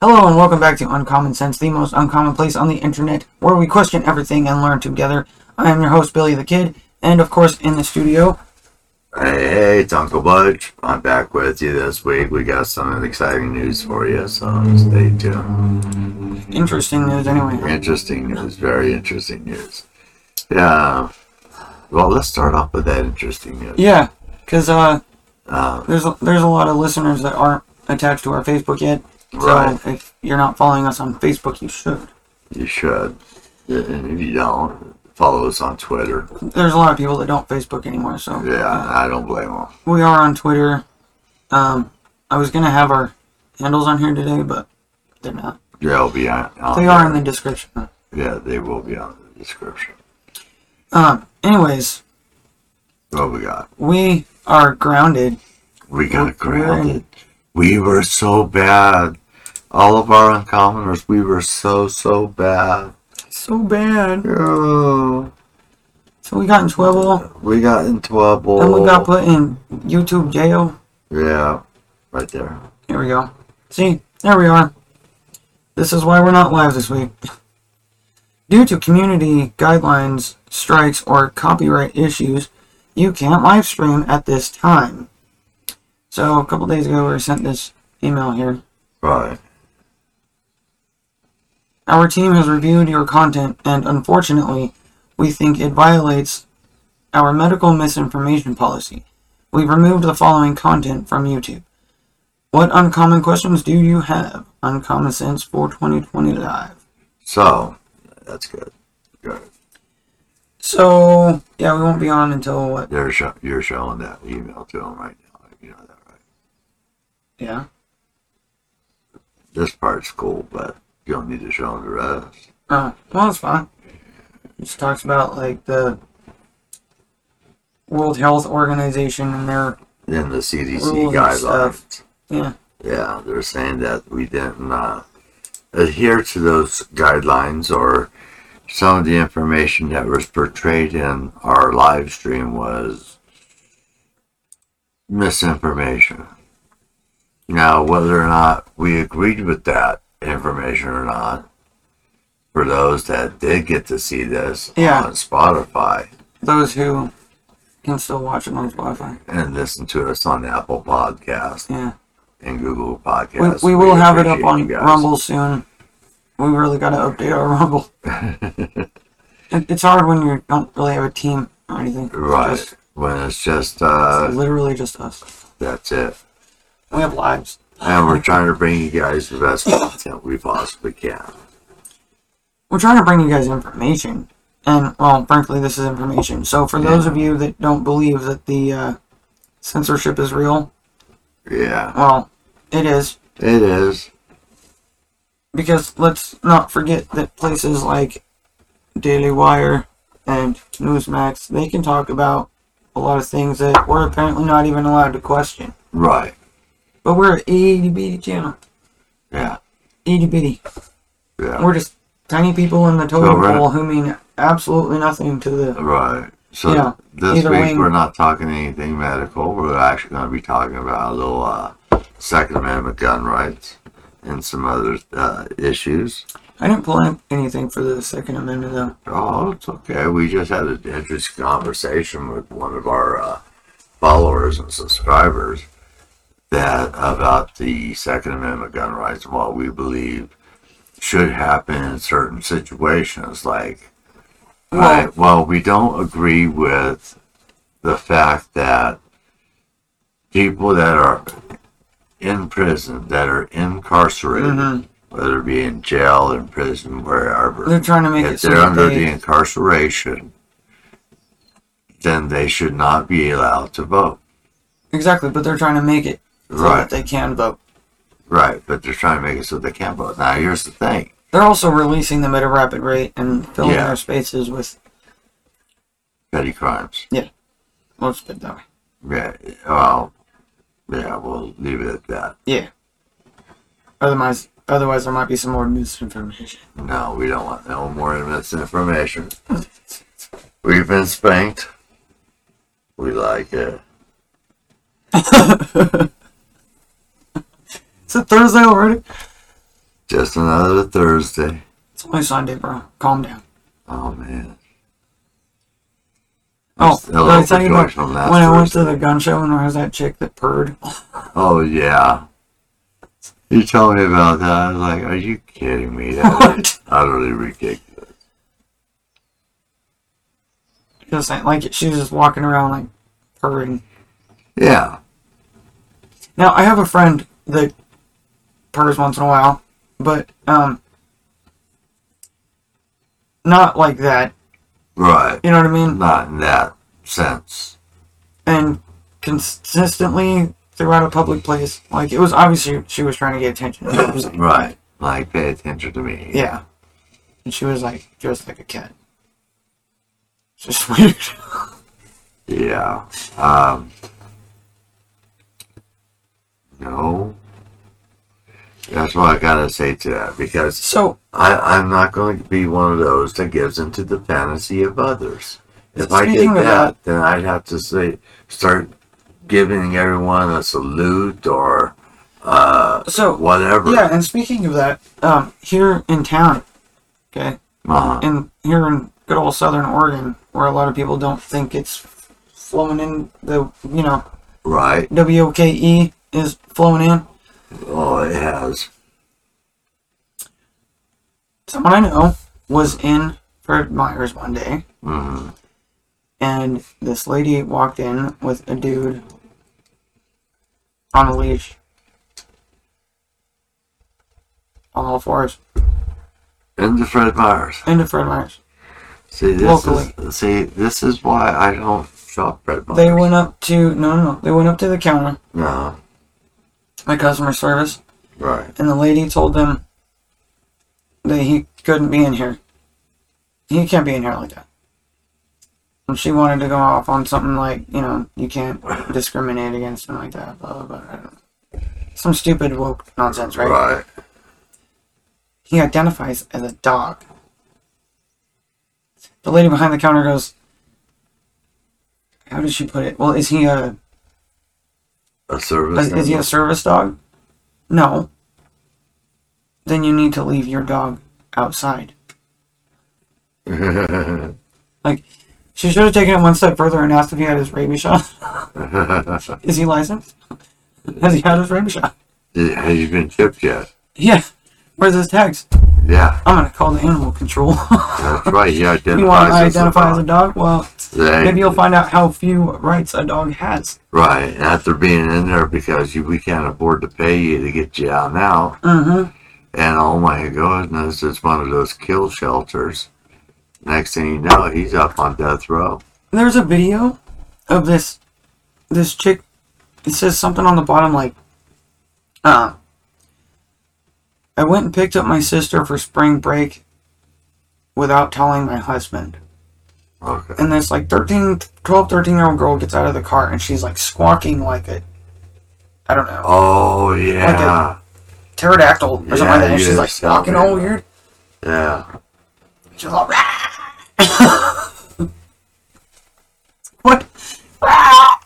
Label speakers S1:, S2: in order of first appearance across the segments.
S1: Hello and welcome back to Uncommon Sense, the most uncommon place on the internet where we question everything and learn together. I am your host, Billy the Kid, and of course, in the studio,
S2: Hey, it's Uncle Butch. I'm back with you this week. We got some exciting news for you, so stay tuned.
S1: interesting news anyway.
S2: Interesting news, very interesting news. Yeah. Well, let's start off with that interesting news.
S1: Yeah, because uh,
S2: Uh,
S1: there's, a, there's a lot of listeners that aren't attached to our Facebook yet. So
S2: Right.
S1: if you're not following us on Facebook, you should.
S2: you should. And if you don't, follow us on Twitter.
S1: There's a lot of people that don't Facebook anymore, so
S2: Yeah, I don't blame them.
S1: we are on Twitter. Um, I was going to have our handles on here today, but they're not.
S2: They'll be on, on
S1: They are in the
S2: there.
S1: description.
S2: Yeah, they will be on the description.
S1: Um, anyways,
S2: What we got?
S1: we are grounded.
S2: We got
S1: We're- we're in-
S2: grounded. We were so bad. All of our uncommoners, we were so, so bad.
S1: So bad.
S2: Oh,
S1: So we got in trouble,
S2: we got in trouble.
S1: then we got put in YouTube jail.
S2: yeah, right there.
S1: Here we go. See, there we are. This is why we're not live this week. Due to community guidelines, strikes, or copyright issues, you can't live stream at this time. So a couple days ago, we were sent this email here.
S2: Right.
S1: Our team has reviewed your content, and unfortunately, we think it violates our medical misinformation policy. We've removed the following content from YouTube. What uncommon questions do you have? Uncommon Sense 42020 Live.
S2: So, that's good. Good.
S1: So, yeah, we won't be on until what?
S2: You're, sho- you're showing that email to him right now. You know that, right?
S1: Yeah.
S2: This part's cool, but you don't need to show him the rest.
S1: Oh, well, that's fine. It just talks about, like, the World Health Organization and their.
S2: Then the CDC
S1: Rules and
S2: guidelines.
S1: stuff. Yeah.
S2: Yeah, they're saying that we didn't uh, adhere to those guidelines, or some of the information that was portrayed in our live stream was misinformation. Now, whether or not we agreed with that information or not, for those that did get to see this
S1: Yeah.
S2: on Spotify
S1: Those who can still watch it on Spotify.
S2: and listen to us on Apple Podcast
S1: Yeah.
S2: and Google
S1: we,
S2: Podcasts,
S1: we will have it up
S2: appreciate
S1: on
S2: you guys.
S1: Rumble soon. We really got to update our Rumble. it, it's hard when you don't really have a team or anything. It's
S2: Right.
S1: just-
S2: when it's just
S1: it's
S2: uh
S1: literally just us.
S2: that's it.
S1: We have lives.
S2: And we're trying to bring you guys the best content we possibly can.
S1: We're trying to bring you guys information. And, well, frankly, this is information. So, for those of you that don't believe that the uh, censorship is real,
S2: Yeah.
S1: well, it is.
S2: It is.
S1: Because let's not forget that places like Daily Wire and Newsmax, they can talk about a lot of things that we're apparently not even allowed to question.
S2: Right.
S1: But we're an itty bitty channel.
S2: Yeah.
S1: Itty bitty.
S2: Yeah.
S1: We're just tiny people in the totem
S2: So we're-
S1: pole who mean absolutely nothing to the.
S2: Right. So
S1: Yeah,
S2: this
S1: either
S2: week
S1: way-
S2: we're not talking anything medical. We're actually gonna be talking about a little uh Second Amendment gun rights and some other uh issues.
S1: I didn't pull up anything for the Second Amendment though.
S2: Oh, it's okay. We just had an interesting conversation with one of our uh, followers and subscribers that about the Second Amendment gun rights and what we believe should happen in certain situations. Like,
S1: Well-
S2: right, well, we don't agree with the fact that people that are in prison, that are incarcerated,
S1: Mhm.
S2: whether it be in jail, in prison, wherever
S1: They're trying to make it
S2: if
S1: so
S2: they're
S1: that
S2: under the
S1: they,
S2: incarceration, then they should not be allowed to vote.
S1: exactly, but they're trying to make it so that
S2: Right.
S1: they can vote.
S2: Right, but they're trying to make it so they can't vote. Now, here's the thing.
S1: They're also releasing them at a rapid rate and filling
S2: Yeah.
S1: their spaces with.
S2: Petty crimes.
S1: Let's put it that way.
S2: Yeah, well, yeah, we'll leave it at that.
S1: Yeah. Otherwise, otherwise there might be some more misinformation.
S2: No, we don't want no more misinformation. We've been spanked. We like it.
S1: Is it Thursday already?
S2: Just another Thursday.
S1: It's only Sunday, bro. Calm down.
S2: Oh man.
S1: Oh, did
S2: still
S1: I tell you about
S2: professional
S1: when I went to
S2: masters.
S1: the gun show and there was that chick that purred?
S2: Oh yeah. You told me about that. I was like, "Are you kidding me? That is utterly ridiculous."
S1: Just like, like she was just walking around like purring.
S2: Yeah.
S1: Now I have a friend that purrs once in a while, but um, not like that.
S2: Right.
S1: You know what I mean?
S2: Not in that sense.
S1: and consistently throughout a public place. Like it was obviously she was trying to get attention. is what I'm saying.
S2: Right. Like, pay attention to me.
S1: yeah, and she was like dressed like a cat. It's just weird.
S2: Yeah. Um, no. That's what I gotta say to that because
S1: so
S2: I, I'm not going to be one of those that gives into the fantasy of others. If I did
S1: Speaking of
S2: that,
S1: that-
S2: then I'd have to say start giving everyone a salute or uh,
S1: so
S2: whatever.
S1: yeah, and speaking of that, um, here in town, okay,
S2: Uh-huh.
S1: in here in good old Southern Oregon, where a lot of people don't think it's flowing in the you know
S2: Right.
S1: W O K E is flowing in.
S2: Oh, it has.
S1: Someone I know was in Fred Myers one day.
S2: hmm
S1: and this lady walked in with a dude on a leash on all fours
S2: And the Fred Myers.
S1: into Fred Myers.
S2: See, this
S1: Locally.
S2: is see, this is why I don't shop Fred Myers.
S1: They went up to no, no, no. They went up to the counter,
S2: No.
S1: my customer service,
S2: Right.
S1: and the lady told them that he couldn't be in here. He can't be in here like that. And she wanted to go off on something like, you know, you can't discriminate against him like that, blah blah blah. I don't know. Some stupid woke nonsense, right?
S2: Right.
S1: he identifies as a dog. The lady behind the counter goes, How did she put it? Well, is he a
S2: A service.
S1: is, is he a
S2: member.
S1: service dog? No. Then you need to leave your dog outside. Like she should have taken it one step further and asked if he had his rabies shot. Is he licensed? Has he had his rabies shot?
S2: Has he been chipped yet?
S1: Yeah. Where's his tags?
S2: Yeah,
S1: I'm gonna call the animal control.
S2: that's right. He identifies.
S1: you want to
S2: as a
S1: identify as a
S2: dog.
S1: dog? Well,
S2: They-
S1: maybe you'll find out how few rights a dog has.
S2: Right, after being in there because you, we can't afford to pay you to get you out now.
S1: Mm-hmm.
S2: And oh my goodness, it's one of those kill shelters. Next thing you know, he's up on death row.
S1: There's a video of this this chick. It says something on the bottom like, uh, I went and picked up my sister for spring break without telling my husband.
S2: Okay.
S1: And this like 13, 12, 13 year old girl gets out of the car and she's like squawking like a, I don't know,
S2: Oh yeah,
S1: pterodactyl or something like that.
S2: Yeah,
S1: And she's
S2: you
S1: like
S2: just
S1: squawking
S2: tell me.
S1: all weird.
S2: yeah.
S1: She's all, "Rah!" what? Rah!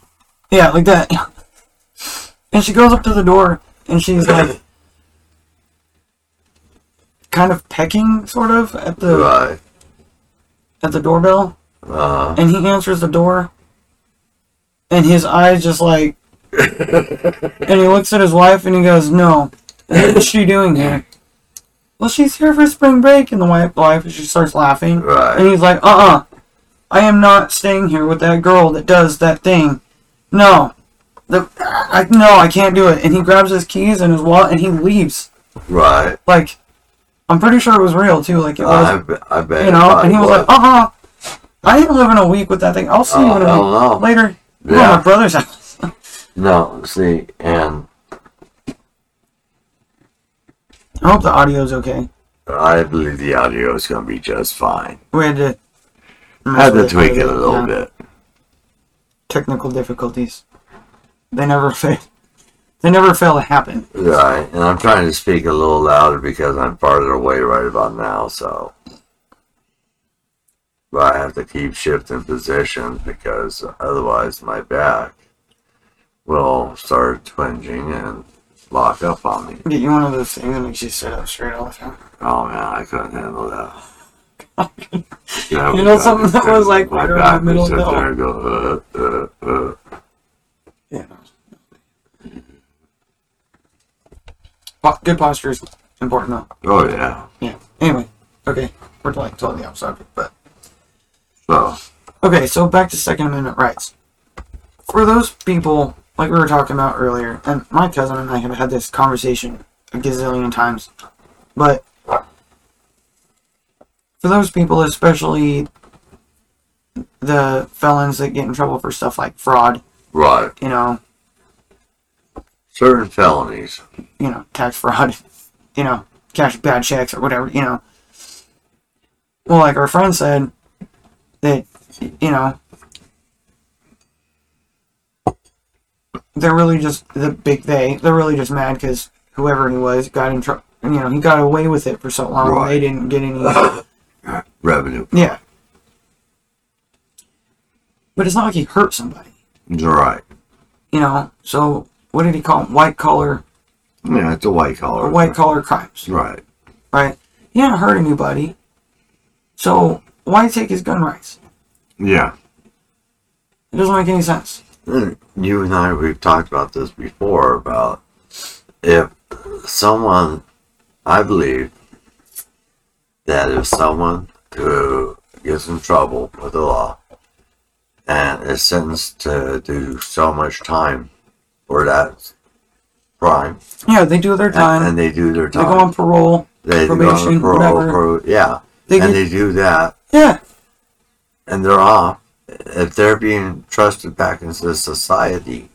S1: Yeah, like that. And she goes up to the door and she's like, kind of pecking, sort of, at the
S2: Right.
S1: at the doorbell.
S2: Uh,
S1: And he answers the door, and his eyes just like, and he looks at his wife and he goes, "No, what is she doing here?" Well, she's here for spring break, and the wife, wife, she starts laughing. And
S2: right.
S1: he's like, uh uh I am not staying here with that girl that does that thing. No. The, I, no, I can't do it. And he grabs his keys and his wallet and he leaves.
S2: Right.
S1: Like, I'm pretty sure it was real, too. Like, it
S2: I,
S1: was,
S2: be- I bet.
S1: Uh, you know? And he was like,
S2: oh,
S1: uh uh I ain't living a week with that thing. I'll see you in a week.
S2: hell no.
S1: Later. I'm going to
S2: Yeah.
S1: my brother's house.
S2: No, see, and
S1: I hope the audio's okay.
S2: I believe the audio is going to be just fine.
S1: We had to.
S2: I had to tweak it a
S1: Yeah.
S2: little bit.
S1: Technical difficulties. They never fail. They never fail to happen.
S2: Right, and I'm trying to speak a little louder because I'm farther away right about now, so. But I have to keep shifting positions because otherwise my back will start twinging and lock up on me.
S1: Get you one of those things that makes you sit up straight all the time.
S2: Oh man, I couldn't handle that. Yeah,
S1: You
S2: my
S1: know
S2: back
S1: something
S2: is
S1: that was
S2: turned-
S1: like
S2: my
S1: right around
S2: back
S1: the middle
S2: would sit
S1: of the-
S2: there and go, uh, uh, uh.
S1: Yeah. Po- Good posture is important though.
S2: Oh yeah.
S1: Yeah. Anyway, okay, we're like totally off subject, but
S2: So
S1: okay. So back to Second Amendment rights. For those people, like we were talking about earlier, and my cousin and I have had this conversation a gazillion times, but for those people, especially the felons that get in trouble for stuff like fraud,
S2: right,
S1: you know,
S2: certain felonies.
S1: you know, tax fraud, you know, cash bad checks or whatever, you know. Well, like our friend said, that, you know, they're really just the big they. They're really just mad because whoever he was got in trouble. You know, he got away with it for so long.
S2: Right.
S1: They didn't get any.
S2: Revenue.
S1: yeah. But it's not like he hurt somebody,
S2: You're right.
S1: you know. So what did he call 'em? White collar,
S2: Yeah, it's a white collar.
S1: white collar crimes.
S2: Right.
S1: right? He didn't hurt anybody. So why take his gun rights?
S2: Yeah.
S1: It doesn't make any sense.
S2: Mm, You and I, we've talked about this before about if someone, I believe that if someone who gets in trouble with the law and is sentenced to do so much time for that crime,
S1: Yeah, they do their time.
S2: and, and they do their
S1: they go on
S2: time,
S1: parole.
S2: they go
S1: probation,
S2: on parole,
S1: whatever.
S2: pro- yeah,
S1: They
S2: and
S1: get,
S2: they do that,
S1: yeah,
S2: and they're off, if they're being trusted back into society,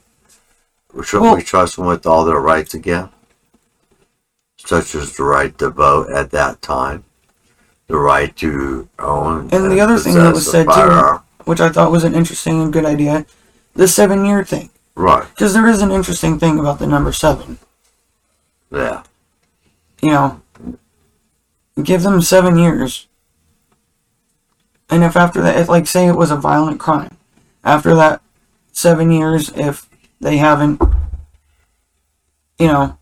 S2: should
S1: Well-
S2: we trust them with all their rights again? Such as the right to vote at that time, the right to own.
S1: And the other thing that was
S2: possess a
S1: said, too-
S2: firearm.
S1: which I thought was an interesting and good idea. The seven year thing.
S2: Right,
S1: Because there is an interesting thing about the number seven.
S2: yeah,
S1: You know, give them seven years. And if after that, if, like, say it was a violent crime, after that seven years, if they haven't, you know,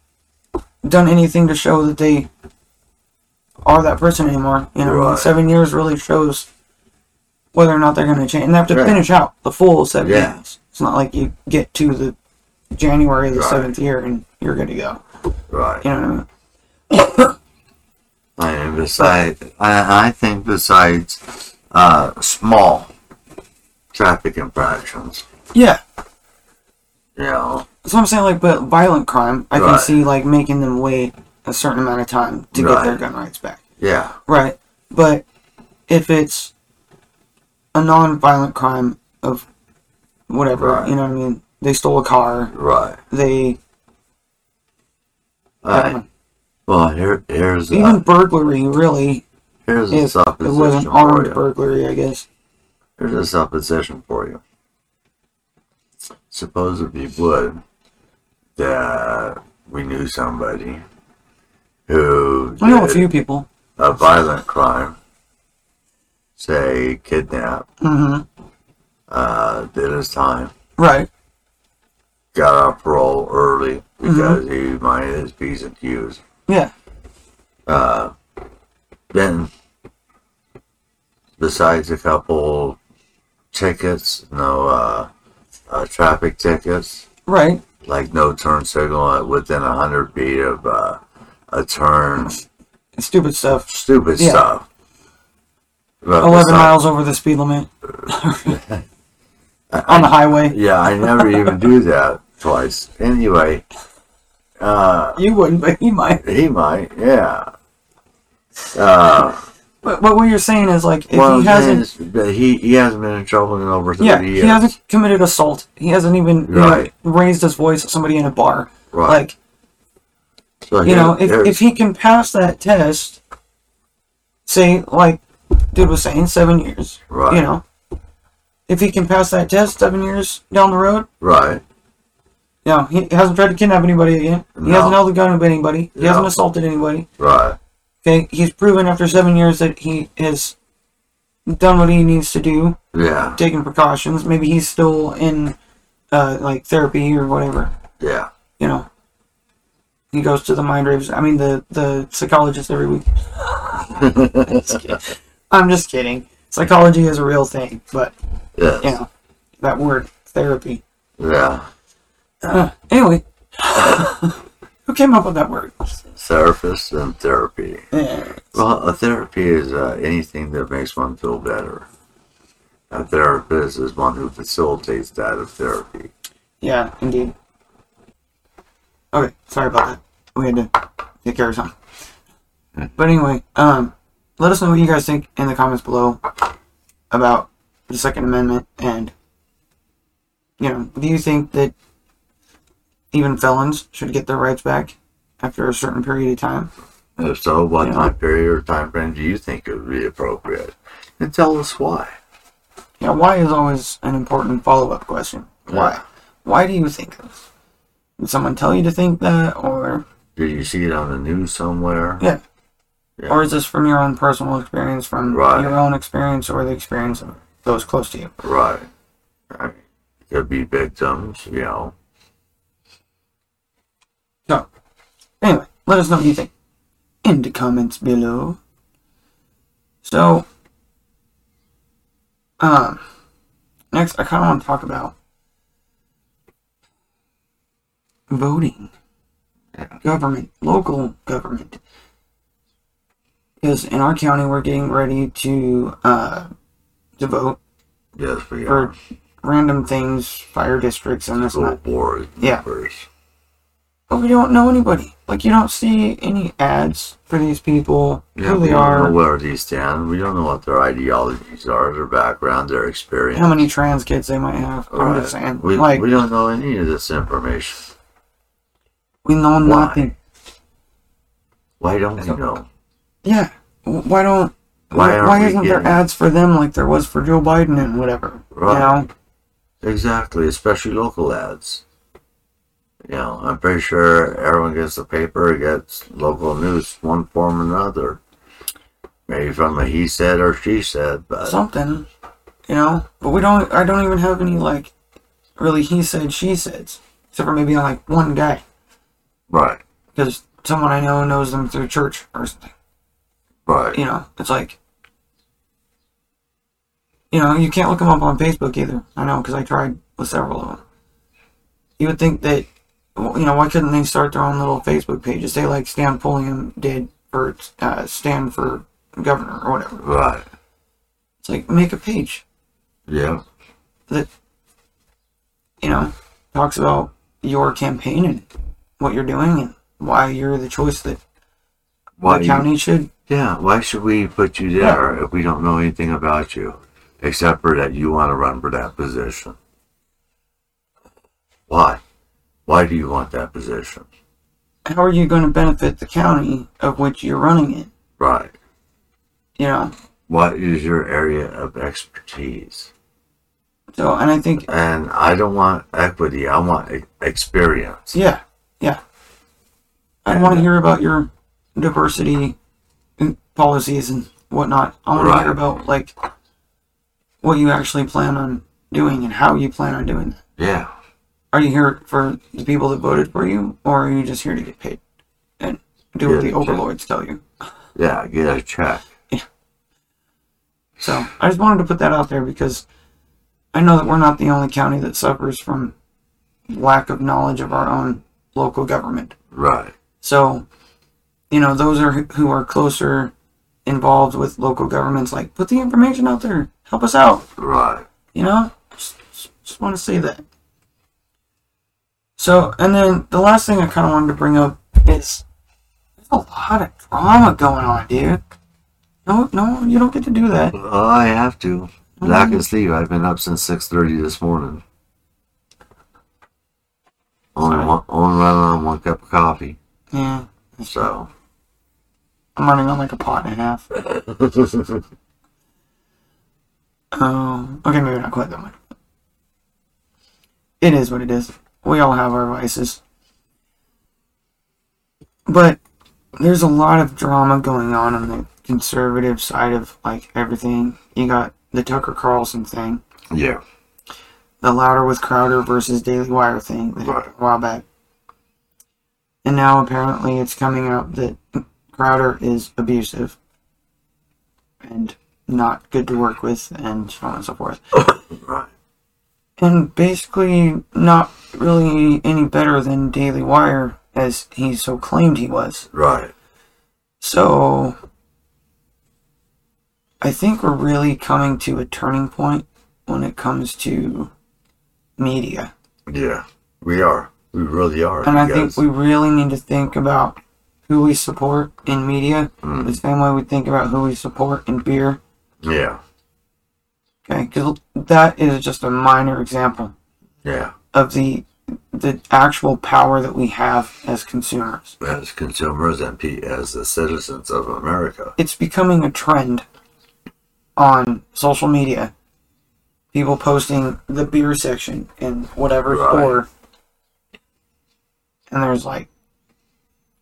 S1: done anything to show that they are that person anymore, you know,
S2: Right.
S1: seven years really shows whether or not they're going to change. And they have to
S2: Yeah.
S1: finish out the full seven
S2: Yeah.
S1: years. It's not like you get to the January of the
S2: Right.
S1: seventh year and you're good to go.
S2: right.
S1: You know what I mean?
S2: And besides, I, I think besides uh, small traffic infractions,
S1: Yeah.
S2: you know,
S1: That's what I'm saying. Like, but violent crime, I can
S2: Right.
S1: see like making them wait a certain amount of time to get their
S2: Right.
S1: gun rights back.
S2: yeah,
S1: Right. But if it's a non-violent crime of whatever,
S2: Right.
S1: you know what I mean? They stole a car.
S2: right.
S1: They I don't
S2: Alright,
S1: know.
S2: Well, here, here's
S1: even
S2: uh,
S1: burglary. Really,
S2: here's a
S1: if it
S2: supposition
S1: wasn't
S2: for
S1: armed
S2: you.
S1: burglary, I guess.
S2: Here's a supposition for you. Suppose if you would that we knew somebody who
S1: I know a
S2: did
S1: few people.
S2: a violent crime, say kidnap,
S1: hmm
S2: uh, did his time,
S1: Right.
S2: got off parole early
S1: Mm-hmm.
S2: because he minded his p's and q's.
S1: Yeah.
S2: Uh, then, besides a couple tickets, no uh, uh, traffic tickets,
S1: Right.
S2: like no turn signal at- within a hundred feet of uh, a turn.
S1: Stupid stuff.
S2: Stupid
S1: Yeah.
S2: stuff. But
S1: Eleven
S2: besides-
S1: miles over the speed limit on the highway.
S2: Yeah, I never even do that twice. Anyway, uh,
S1: You wouldn't, but you might.
S2: he might. Yeah. Uh,
S1: But, but what you're saying is like if
S2: well,
S1: he hasn't
S2: but he he hasn't been in trouble in over thirty
S1: yeah
S2: years.
S1: he hasn't committed assault he hasn't even you know,
S2: Right.
S1: raised his voice at somebody in a bar
S2: Right.
S1: like
S2: so
S1: you know if,
S2: here-
S1: if he can pass that test say like dude was saying seven years
S2: Right.
S1: you know if he can pass that test seven years down the road
S2: right.
S1: you know he hasn't tried to kidnap anybody again he
S2: No.
S1: hasn't held a gun with anybody he
S2: No.
S1: hasn't assaulted anybody
S2: Right.
S1: okay he's proven after seven years that he has done what he needs to do
S2: Yeah.
S1: taking precautions. Maybe he's still in uh, like therapy or whatever,
S2: Yeah.
S1: you know. He goes to the mind raves. I mean, the the psychologist every week. Just kidding. I'm just kidding. Psychology is a real thing, but
S2: Yeah.
S1: you know that word therapy.
S2: Yeah.
S1: Uh, anyway, who came up with that word?
S2: Therapist and therapy.
S1: Eh,
S2: Well, a therapy is uh, anything that makes one feel better. A therapist is one who facilitates that of therapy.
S1: Yeah, indeed. Okay, sorry about that. We had to take care of something. But anyway, um, let us know what you guys think in the comments below about the Second Amendment and, you know, do you think that even felons should get their rights back after a certain period of time?
S2: And if so, what
S1: Yeah.
S2: time period or time frame do you think would be appropriate? And tell us why.
S1: Yeah, why is always an important follow up question. Why? Why do you think this? Did someone tell you to think that, or
S2: Did you see it on the news somewhere?
S1: Yeah.
S2: Yeah.
S1: Or is this from your own personal experience, from
S2: Right.
S1: your own experience, or the experience of those close to you?
S2: Right. I mean, could be victims, you know.
S1: So, anyway, let us know what you think in the comments below. So, um, next, I kind of want to talk about voting, government, local government. Because in our county, we're getting ready to uh, to vote
S2: Yes, we
S1: or
S2: are.
S1: random things, fire districts, and this and
S2: School
S1: that.
S2: board
S1: Yeah.
S2: members.
S1: But we don't know anybody. Like you don't see any ads for these people,
S2: Yeah,
S1: who
S2: we
S1: they
S2: don't
S1: are,
S2: know where they stand. We don't know what their ideologies are, their background, their experience.
S1: how many trans kids they might have. I'm just
S2: Right.
S1: saying,
S2: We,
S1: like
S2: we
S1: we,
S2: don't know any of this information.
S1: know
S2: Why?
S1: nothing.
S2: Why don't we know?
S1: Yeah. W- Why don't?
S2: Why
S1: Why,
S2: aren't
S1: why
S2: we
S1: isn't there
S2: getting-
S1: ads for them like there was for Joe Biden and whatever?
S2: Right.
S1: You know.
S2: Exactly, especially local ads. You know, I'm pretty sure everyone gets the paper, gets local news, one form or another. Maybe from a he said or she said, but
S1: something, you know. But we don't. I don't even have any like really he said she said, except for maybe like one guy
S2: right,
S1: because someone I know knows them through church or something.
S2: right,
S1: you know, it's like, you know, you can't look them up on Facebook either. I know because I tried with several of them. You would think that, well, you know, why couldn't they start their own little Facebook pages? They like Stan Pulliam did for uh, Stan for governor or whatever.
S2: right.
S1: It's like make a page
S2: Yeah,
S1: that, you know, talks about your campaign and what you're doing and why you're the choice that
S2: why?
S1: the
S2: you-
S1: county should.
S2: yeah, why should we put you there if we don't know anything about you, except for that you want to run for that position? Why? Why do you want that position?
S1: How are you going to benefit the county of which you're running in?
S2: Right.
S1: You know.
S2: What is your area of expertise?
S1: So, and I think,
S2: And I don't want equity. I want e- experience.
S1: yeah, yeah. I
S2: uh,
S1: want to hear about your diversity and policies and whatnot. I want to
S2: Right.
S1: hear about, like, what you actually plan on doing and how you plan on doing that.
S2: Yeah.
S1: Are you here for the people that voted for you, or are you just here to get paid and do what
S2: Yeah,
S1: the
S2: sure.
S1: overlords tell you?
S2: Yeah. Get a check.
S1: So, I just wanted to put that out there because I know that we're not the only county that suffers from lack of knowledge of our own local government.
S2: Right.
S1: So, you know, those are who are closer involved with local governments. Like, put the information out there. Help us out.
S2: Right.
S1: You know, just, just want to say that. So, and then the last thing I kind of wanted to bring up is there's a lot of drama going on, dude. No, no, you don't get to do that.
S2: Oh, I have to. I can sleep. I've been up since six thirty this morning. Only
S1: Sorry.
S2: one, only running on one cup of coffee.
S1: Yeah,
S2: So.
S1: I'm running on like a pot and a half. Um, okay, maybe not quite that much. It is what it is. We all have our vices. But there's a lot of drama going on on the conservative side of like everything. You got the Tucker Carlson thing,
S2: yeah.
S1: the Louder with Crowder versus Daily Wire thing that
S2: Right.
S1: happened a while back. And now apparently it's coming out that Crowder is abusive and not good to work with, and so on and so forth.
S2: Right.
S1: And basically, not really any better than Daily Wire, as he so claimed he was.
S2: Right.
S1: So, I think we're really coming to a turning point when it comes to media.
S2: Yeah. We are. We really are.
S1: And I
S2: because-
S1: think we really need to think about who we support in media the same way we think about who we support in beer.
S2: Yeah.
S1: Okay, because that is just a minor example
S2: Yeah.
S1: of the the actual power that we have as consumers.
S2: As consumers and P- as the citizens of America.
S1: It's becoming a trend on social media. People posting the beer section in whatever
S2: Right.
S1: store, and there's like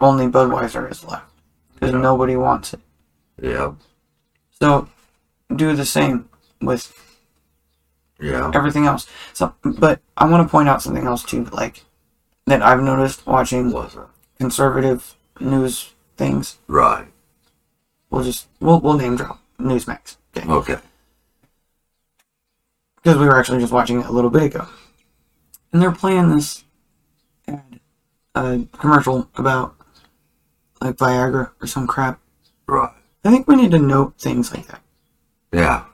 S1: only Budweiser is left because
S2: Yeah.
S1: nobody wants it.
S2: Yeah.
S1: So do the same with
S2: Yeah.
S1: everything else. So, but I want to point out something else too, like that I've noticed watching
S2: Wasn't.
S1: conservative news things.
S2: Right.
S1: We'll just we'll, we'll name drop Newsmax because
S2: Okay.
S1: we were actually just watching it a little bit ago, and they're playing this ad, uh, commercial about like Viagra or some crap.
S2: Right.
S1: I think we need to note things like that.
S2: Yeah.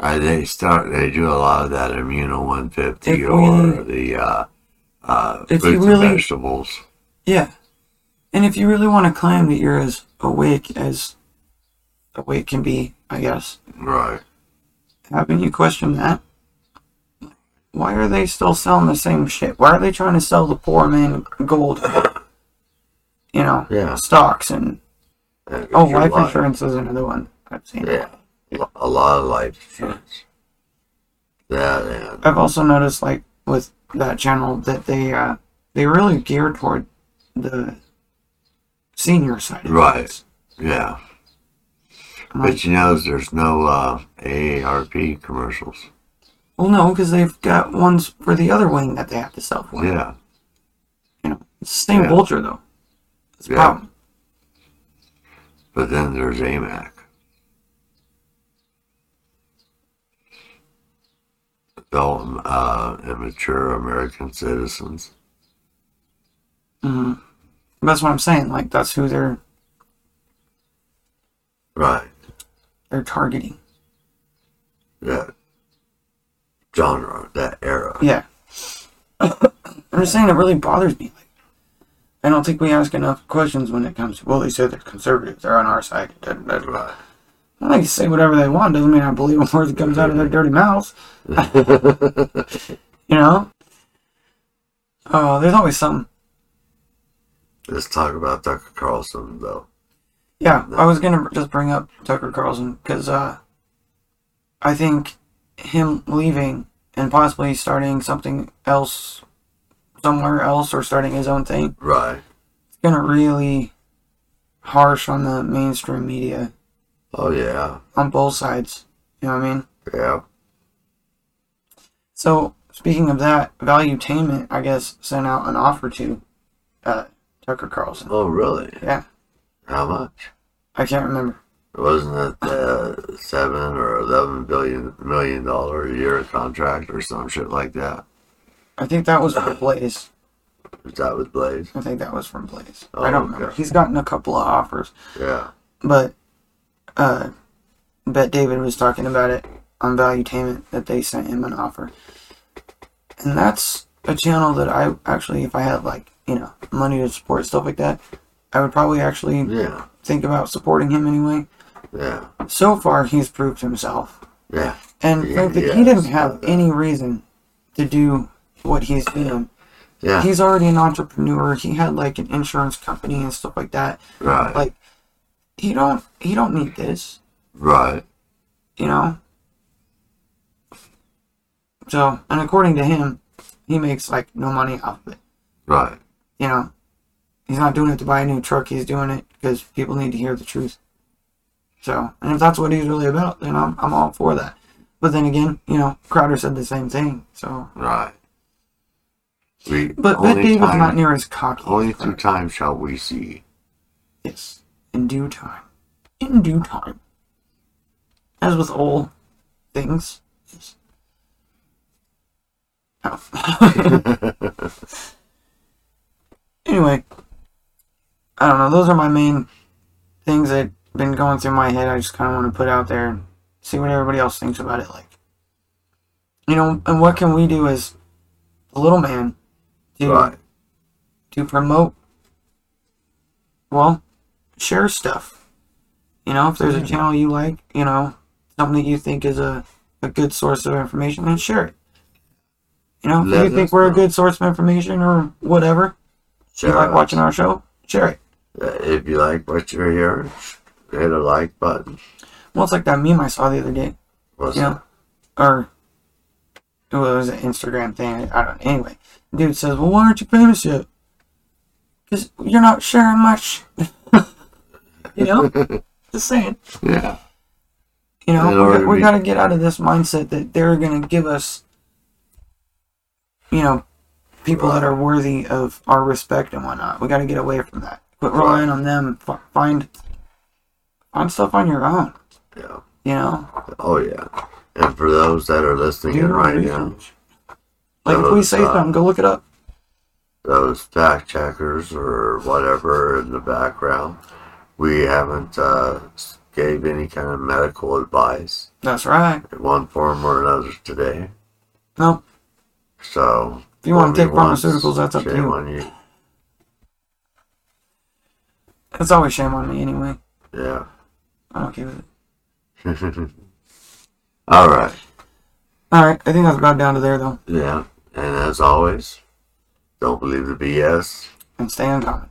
S2: Uh, they start. They do a lot of that Immuno 150
S1: If
S2: or
S1: we-
S2: the uh, uh,
S1: If
S2: fruits
S1: you really-
S2: and vegetables.
S1: Yeah, and if you really want to claim that you're as awake as awake can be, I guess
S2: Right.
S1: Haven't you questioned that? Why are they still selling the same shit? Why are they trying to sell the poor man gold? You know,
S2: Yeah.
S1: stocks and
S2: And
S1: oh,
S2: your
S1: life
S2: life-
S1: insurance is another one I've seen.
S2: Yeah. Lo- A lot of life insurance. That and
S1: I've also noticed, like with that channel, that they uh, they really geared toward the senior side. Of
S2: Right.
S1: things.
S2: yeah.
S1: I'm like,
S2: But you know, there's no uh, AARP commercials.
S1: well, no, because they've got ones for the other wing that they have to sell for.
S2: Yeah.
S1: You know, it's the same
S2: Yeah.
S1: vulture though. It's a
S2: Yeah.
S1: problem.
S2: But then there's AMAC. Adult uh, immature American citizens.
S1: hmm That's what I'm saying. Like that's who they're
S2: Right.
S1: they're targeting.
S2: That genre, that era.
S1: Yeah. I'm just saying it really bothers me. Like, I don't think we ask enough questions when it comes to, well, they said they're conservative, they're on our side. da, da, da, da."
S2: Right.
S1: Well, they can say whatever they want, doesn't mean I believe a word that comes out of their dirty mouths. you know? Oh, there's always something.
S2: Let's talk about Tucker Carlson, though.
S1: Yeah, I was gonna just bring up Tucker Carlson because uh, I think him leaving and possibly starting something else somewhere else or starting his own thing
S2: Right.
S1: it's gonna really harsh on the mainstream media
S2: Oh, yeah.
S1: on both sides. You know what I mean?
S2: Yeah.
S1: So speaking of that, Valuetainment I guess sent out an offer to uh, Tucker Carlson.
S2: Oh, really?
S1: Yeah,
S2: How much?
S1: I can't remember.
S2: Wasn't it the seven or eleven billion million dollar a year contract or some shit like that?
S1: I think that was for Blaze.
S2: Is that with Blaze?
S1: I think that was from Blaze.
S2: Oh,
S1: I don't remember.
S2: okay.
S1: He's gotten a couple of offers.
S2: Yeah.
S1: But uh Bet David was talking about it on Valuetainment that they sent him an offer. And that's a channel that I actually if I had like, you know, money to support stuff like that, I would probably actually
S2: Yeah.
S1: think about supporting him anyway.
S2: Yeah.
S1: So far he's proved himself.
S2: Yeah.
S1: And
S2: Yeah,
S1: frankly
S2: yeah,
S1: he didn't
S2: it's
S1: have
S2: not that.
S1: any reason to do what he's doing.
S2: Yeah.
S1: He's already an entrepreneur. He had like an insurance company and stuff like that.
S2: right.
S1: Like he don't he don't need this.
S2: right.
S1: you know. So, and according to him, he makes like no money off of it.
S2: Right.
S1: You know, he's not doing it to buy a new truck. He's doing it because people need to hear the truth. So, and if that's what he's really about, then I'm I'm all for that. But then again, you know, Crowder said the same thing. So
S2: Right. We
S1: But that
S2: only
S1: day was not
S2: time,
S1: near as cocky.
S2: only through time shall we see.
S1: Yes, in due time. In due time. As with all things. yes. Oh. anyway, I don't know. Those are my main things that been going through my head. I just kind of want to put out there and see what everybody else thinks about it. Like, you know, and what can we do as a little man to
S2: Right.
S1: to promote well share stuff you know if there's
S2: Hmm.
S1: a channel you like you know something that you think is a, a good source of information then share it you know if
S2: Let
S1: you think
S2: us
S1: we're a
S2: know.
S1: good source of information or whatever if you
S2: Share
S1: like
S2: us.
S1: watching our show share it
S2: Uh, If you like what you're hearing, hit a like button.
S1: well it's like that meme i saw the other day
S2: What's
S1: Yeah.
S2: that?
S1: or well, it was an Instagram thing. I don't. Anyway, dude says, "Well, why aren't you famous yet? Because you're not sharing much." you know, just saying.
S2: Yeah.
S1: You know,
S2: In
S1: we,
S2: order
S1: got,
S2: to
S1: we
S2: be-
S1: got to get out of this mindset that they're going to give us, you know, people that are worthy of our respect and whatnot. We got to get away from that. Quit
S2: Right.
S1: relying on them. F- find find stuff on your own.
S2: Yeah.
S1: You know,
S2: Oh yeah. And for those that are listening
S1: Do
S2: in
S1: your
S2: right now,
S1: research. like if we
S2: Those,
S1: say
S2: uh,
S1: something, go look it up.
S2: those fact checkers or whatever in the background, we haven't uh, gave any kind of medical advice
S1: That's right.
S2: in one form or another today.
S1: No,
S2: So
S1: If you want
S2: what
S1: to
S2: we
S1: take
S2: want,
S1: pharmaceuticals, that's up to
S2: shame
S1: you.
S2: on you.
S1: It's always shame on me anyway.
S2: Yeah.
S1: I'm okay with it.
S2: All right.
S1: All right, I think that's about down to there though.
S2: Yeah. And as always, don't believe the BS.
S1: And stay uncommon.